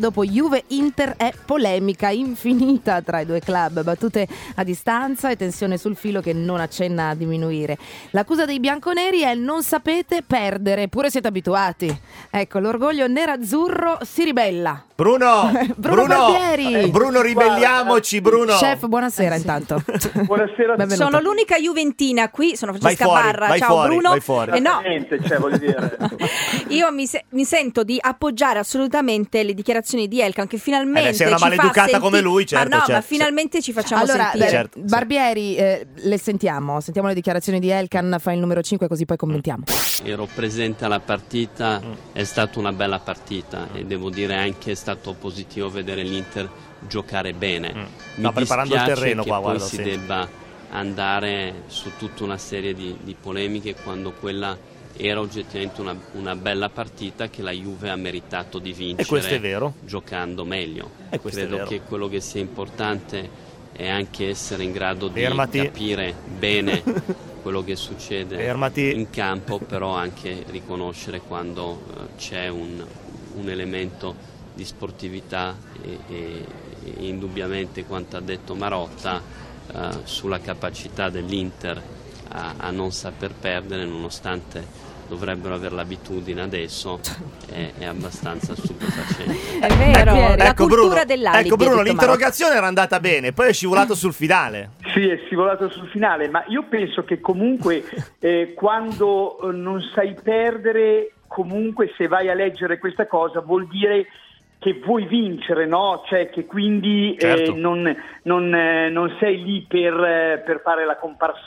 Dopo Juve-Inter è polemica infinita tra i due club, battute a distanza e tensione sul filo che non accenna a diminuire. L'accusa dei bianconeri è non sapete perdere, pure siete abituati. Ecco, l'orgoglio nerazzurro si ribella. Bruno! Bruno Bruno, Barbieri! Eh, Bruno, ribelliamoci, Bruno! Chef, buonasera Eh, intanto. Buonasera a Benvenuto. Sono l'unica Juventina qui, sono Vai Francesca fuori, Barra. vai Ciao fuori, Bruno. vai fuori. Eh, no, Niente, cioè, voglio dire. io mi, se- mi sento di appoggiare assolutamente le dichiarazioni di Elkan che finalmente Eh beh, sei una ci fa maleducata senti- come lui, certo, Ma no, certo, ma finalmente ci facciamo Allora, sentire. beh, Certo, sì. Barbieri, eh, le sentiamo. Sentiamo le dichiarazioni di Elkan, fai il numero 5 così poi commentiamo. Ero presente alla partita, è stata una bella partita e devo dire anche è stato positivo vedere l'Inter giocare bene. Mm. Mi Sta preparando il dispiace terreno che qua, poi guarda, si sì. debba andare su tutta una serie di, di polemiche quando quella era oggettivamente una, una bella partita che la Juve ha meritato di vincere E questo è vero. giocando meglio. E questo è Credo vero. che quello che sia importante è anche essere in grado di Fermati. capire bene quello che succede Fermati. in campo, però anche riconoscere quando eh, c'è un, un elemento di sportività e, e- e indubbiamente quanto ha detto Marotta eh, sulla capacità dell'Inter a, a non saper perdere nonostante dovrebbero avere l'abitudine adesso è, è abbastanza stupefacente. È vero, Ecco, la Certo. ecco, cultura Bruno, dell'alibi. Mm. ecco, Bruno, ha detto Marotta. l'interrogazione era andata bene, poi è scivolato sul finale. Sì, è scivolato sul finale, ma io penso che comunque eh, quando eh, non sai perdere, comunque se vai a leggere questa cosa vuol dire che vuoi vincere, no? Cioè che quindi eh, Certo. non, non, eh, non sei lì per, eh, per fare la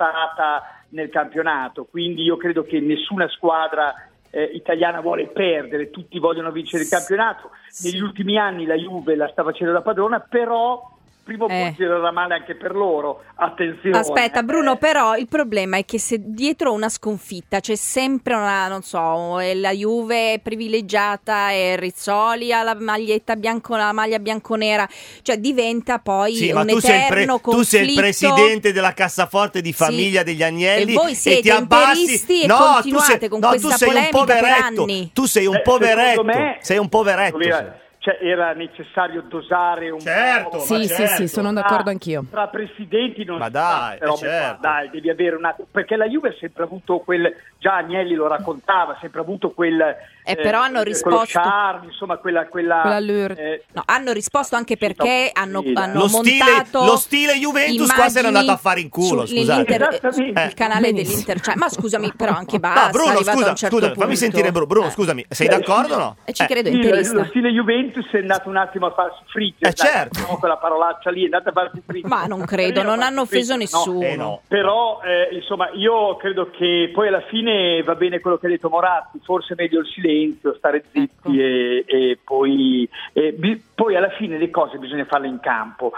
comparsata nel campionato, quindi io credo che nessuna squadra eh, italiana vuole perdere, tutti vogliono vincere il campionato. Negli ultimi anni la Juve la sta facendo da padrona, però prima o poi Eh. girerà male anche per loro. Attenzione. Aspetta, Bruno, Eh, però il problema è che se dietro una sconfitta c'è sempre una, non so, eh, la Juve è privilegiata e Rizzoli ha la maglietta bianco, la maglia bianconera, cioè diventa poi Sì, ma un tu sei, il pre- eterno tu sei il conflitto. presidente della cassaforte di famiglia Sì. degli agnelli E voi siete ti abbassi. interisti e tu continuate sei- con no, tu questa sei un polemica per poveretto. anni. Tu sei un eh, poveretto. secondo me- sei un poveretto. Voglio sì. dire, cioè, era necessario dosare un Certo, Ah. po'. ma Sì, sì, sì, sono d'accordo Tra- anch'io. Tra presidenti non Ma si dai, fa queste robe eh, certo. qua, dai, devi avere un attimo, perché la Juve ha sempre avuto quel già Agnelli lo raccontava, ha sempre avuto quel eh, però hanno quello- quello risposto. charme, insomma, quella quella Quell'allure. eh, No, hanno risposto anche perché Sì, no, hanno, sì, hanno Lo stile- montato lo stile Juventus qua se n'è immagini andato a fare in culo, su- scusate. l'Inter- Eh, Esattamente. il canale Benissimo. dell'Inter. cioè, ma scusami, però anche basta. No, Bruno, arrivato a scusa, un certo scusa, fammi punto. sentire Bruno. Bruno, Eh, scusami, sei eh, d'accordo o no? eh, ci Eh, credo, Sì, lo- lo interista. stile Juventus è andato un attimo a farsi friggere Eh, dai, certo. no, quella parolaccia lì è andata a farsi friggere Ma non credo, Io non farsi hanno offeso friggere, no. nessuno. eh, no. Però eh, insomma io credo che poi alla fine va bene quello che ha detto Moratti, forse è meglio il silenzio, stare Ecco. zitti e, e poi, e bi- poi alla fine le cose bisogna farle in campo.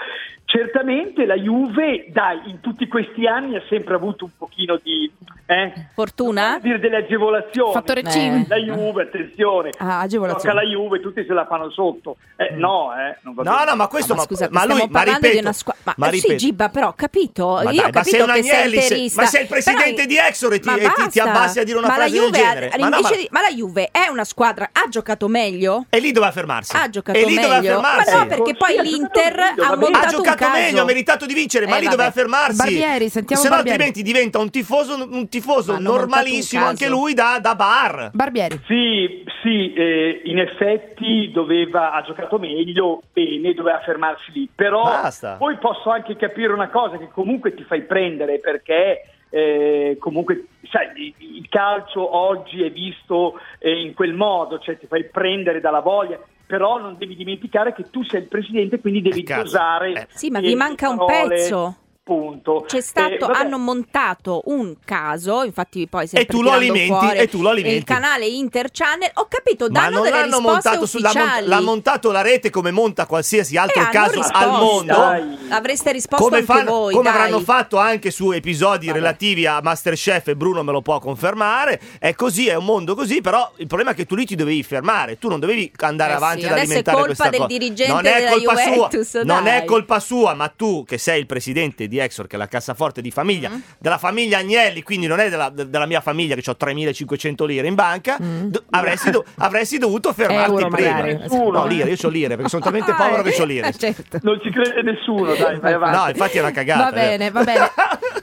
Certamente la Juve, dai, in tutti questi anni ha sempre avuto un pochino di... Eh, Fortuna? voglio dire delle agevolazioni. Fattore Eh. cinque. La Juve, attenzione, Ah, tocca agevolazione. la Juve, tutti se la fanno sotto. Eh, No, eh, non va bene. Mm. No, no, ma questo Ah, ma ma, scusa, ma stiamo lui, ma parlando ripeto, di una squadra. Ma, ma sì, ripeto- Gibba, però ho capito. Ma dai, Io ho ma sei capito un che sei Agnelli, se- interista. ma sei il presidente Però- di Exor e ti- ma e ti- ti basta. abbassi a dire una ma frase la del Juve ha- genere. Ma no, invece ma- di- ma la Juve è una squadra. Ha giocato meglio? E lì doveva fermarsi. Ha giocato e lì doveva meglio? Ma fermarsi. no, perché Sì, poi ha l'Inter giocato meglio, va ha bene. ha montato un giocato caso. meglio, ha meritato di vincere, ma Eh, lì vabbè. doveva fermarsi. Barbieri, sentiamo Se no, Barbieri. altrimenti diventa un tifoso, un tifoso Ma hanno montato un normalissimo, caso. anche lui da, da bar. Barbieri. Sì, sì, eh, in effetti doveva, ha giocato meglio, bene, doveva fermarsi lì, però Basta. poi posso anche capire una cosa che comunque ti fai prendere perché eh, comunque sai, i- il calcio oggi è visto eh, in quel modo, cioè ti fai prendere dalla voglia, però non devi dimenticare che tu sei il presidente, quindi devi Eh, cazzo. dosare. Eh. Sì, ma le- vi le manca un parole, pezzo. Punto. C'è stato, Eh, vabbè. hanno montato un caso, infatti poi sempre E tu lo tirando alimenti, fuori e tu lo alimenti. il canale Inter Channel, ho capito, Ma danno non delle l'hanno risposte montato sulla ufficiali. mon- l'ha montato la rete come monta qualsiasi E altro hanno caso risposto. al mondo. Dai. Avreste risposto Come, anche fanno- voi, come dai. avranno fatto anche su episodi Vabbè. relativi a Masterchef e Bruno me lo può confermare è così, è un mondo così però il problema è che tu lì ti dovevi fermare tu non dovevi andare Eh sì, avanti ad adesso è alimentare colpa questa del cosa dirigente non è della colpa sua Juventus, non è dai. colpa sua ma tu che sei il presidente di Exor, che è la cassaforte di famiglia, Mm. della famiglia Agnelli, quindi non è della, de- della mia famiglia che ho 3.500 lire in banca, Mm. do- avresti, do- avresti dovuto fermarti Euro prima. magari. No, lire, io ho lire, perché sono talmente Ah, povero che ho lire. Eh, certo. Non ci crede nessuno, dai, vai avanti. No, infatti è una cagata. Va bene, eh. va bene.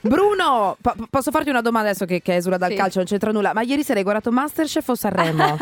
Bruno, po- posso farti una domanda adesso che, che esula dal Sì. calcio, non c'entra nulla, ma ieri sera hai guardato Masterchef o Sanremo?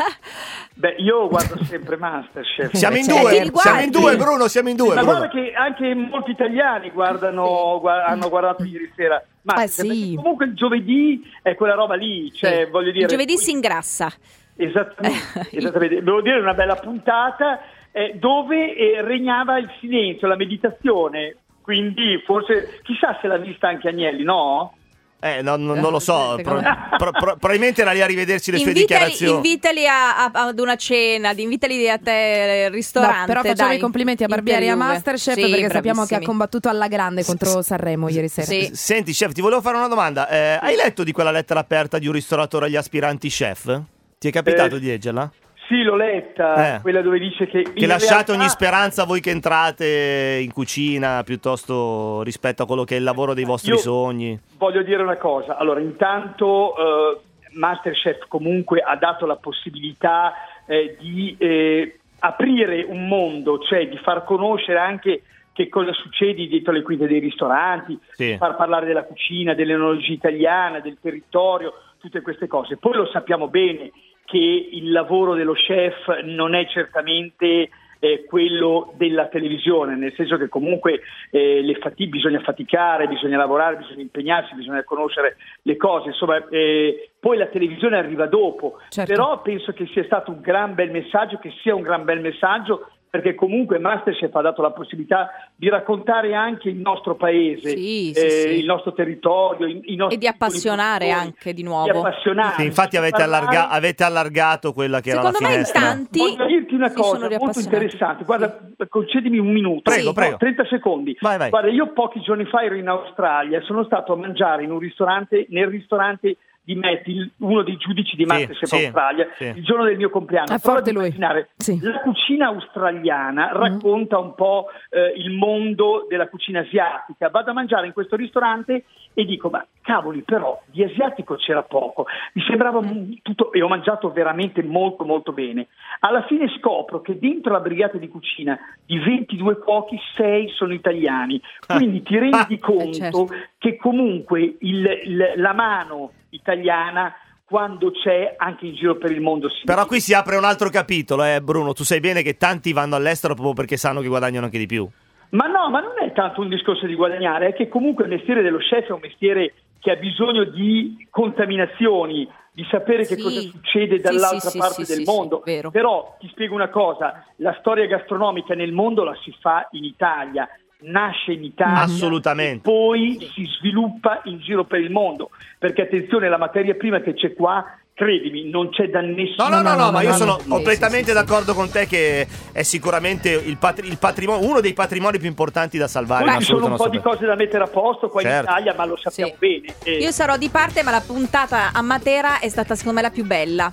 Beh, io guardo sempre Masterchef. Siamo in Eh, certo. due, Ti siamo in riguardi. due, Bruno, siamo in due. Ma guarda Bruno. che anche molti italiani guardano, gua- hanno guardato ieri sera. Ma Eh, sì. perché comunque il giovedì è quella roba lì, cioè Sì. voglio dire... Il giovedì poi- si ingrassa. Esattamente, Eh, esattamente. Devo dire una bella puntata eh, dove eh, regnava il silenzio, la meditazione. Quindi forse, chissà se l'ha vista anche Agnelli, no? Eh, no, no, non lo so, Eh, pro- secondo pro- pro- probabilmente era lì a rivedersi le sue Invitali, dichiarazioni. invitali a- a- ad una cena, di- invitali a te al ristorante. No, però facciamo dai, i complimenti a Barbieri e a interviewe. Masterchef Sì, perché sappiamo che ha bravissimi. combattuto alla grande contro Sanremo ieri sera. Sì. Senti, chef, ti volevo fare una domanda. Eh, hai letto di quella lettera aperta di un ristoratore agli aspiranti chef? Ti è capitato Eh, di leggerla? Sì, l'ho letta, Eh. quella dove dice che... Che lasciate ogni speranza voi che entrate in cucina piuttosto rispetto a quello che è il lavoro dei vostri Io- sogni. Voglio dire una cosa, allora intanto eh, Masterchef comunque ha dato la possibilità eh, di eh, aprire un mondo, cioè di far conoscere anche che cosa succede dietro le quinte dei ristoranti, Sì. far parlare della cucina, dell'enologia italiana, del territorio, tutte queste cose. Poi lo sappiamo bene che il lavoro dello chef non è certamente eh, quello della televisione, nel senso che comunque eh, le fati- bisogna faticare, bisogna lavorare, bisogna impegnarsi, bisogna conoscere le cose, insomma eh, poi la televisione arriva dopo, Certo. però penso che sia stato un gran bel messaggio, che sia un gran bel messaggio perché comunque Masterchef ha dato la possibilità di raccontare anche il nostro paese, Sì, sì, eh, sì. il nostro territorio, i, i nostri E piccoli di appassionare produttori, anche di di nuovo. appassionare. Sì, infatti avete, Parlare- allarga- avete allargato quella che Secondo era la me in finestra. tanti Voglio dirti una si cosa sono molto riappassionati. interessante. Guarda, concedimi un minuto. Prego, No, prego. 30 secondi. Vai, vai. Guarda, io pochi giorni fa ero in Australia, sono stato a mangiare in un ristorante, nel ristorante di Matt, il- uno dei giudici di Masterchef sì, Australia, sì. il giorno del mio compleanno. È Prova forte ad lui. immaginare, Sì. Mm-hmm. La cucina australiana racconta un po' eh, il mondo della cucina asiatica. Vado a mangiare in questo ristorante e dico, ma cavoli, però di asiatico c'era poco. Mi sembrava Mm. un- tutto, e ho mangiato veramente molto molto bene. Alla fine scopro che dentro la brigata di cucina di 22 cuochi, 6 sono italiani. Quindi ti rendi conto certo. che comunque il- il- la mano italiana quando c'è anche in giro per il mondo si Però vede. qui si apre un altro capitolo, eh, Bruno. Tu sai bene che tanti vanno all'estero proprio perché sanno che guadagnano anche di più. Ma no, ma non è tanto un discorso di guadagnare, è che comunque il mestiere dello chef è un mestiere che ha bisogno di contaminazioni, di sapere che Sì. cosa succede Sì, dall'altra sì, sì, parte sì, del sì, mondo. sì, vero. Però ti spiego una cosa, la storia gastronomica nel mondo la si fa in Italia, nasce in Italia, Assolutamente. e poi si sviluppa in giro per il mondo, perché attenzione, la materia prima che c'è qua, credimi, non c'è da nessuno. No, no, no, no, ma io no, sono no. Sì, completamente sì, sì, d'accordo con te che è sicuramente il, patri- il patrimonio, uno dei patrimoni più importanti da salvare. in Poi ci assoluto sono un nostro po' di paese. cose da mettere a posto qua in Certo. Italia, ma lo sappiamo Sì. bene. eh. E- Io sarò di parte, ma la puntata a Matera è stata secondo me la più bella.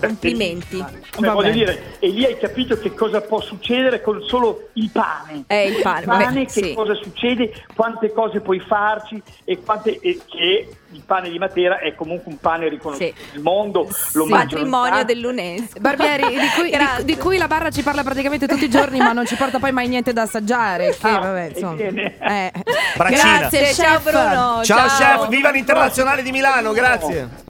Complimenti. Cioè, Va voglio bene. dire, e lì hai capito che cosa può succedere con solo il pane. Eh, il pane, beh, che sì. cosa succede, quante cose puoi farci e quante e che il pane di Matera è comunque un pane riconosciuto Sì. nel mondo, lo Ah. Sì. mangiano in Patrimonio tanti. dell'UNESCO. Barbieri, di cui, di- Grazie. di cui la barra ci parla praticamente tutti i giorni, ma non ci porta poi mai niente da assaggiare. Che, Ah, vabbè, insomma. bene. Eh. Braccina. Grazie, ciao chef. Bruno. Ciao, chef, viva l'internazionale di Milano, grazie.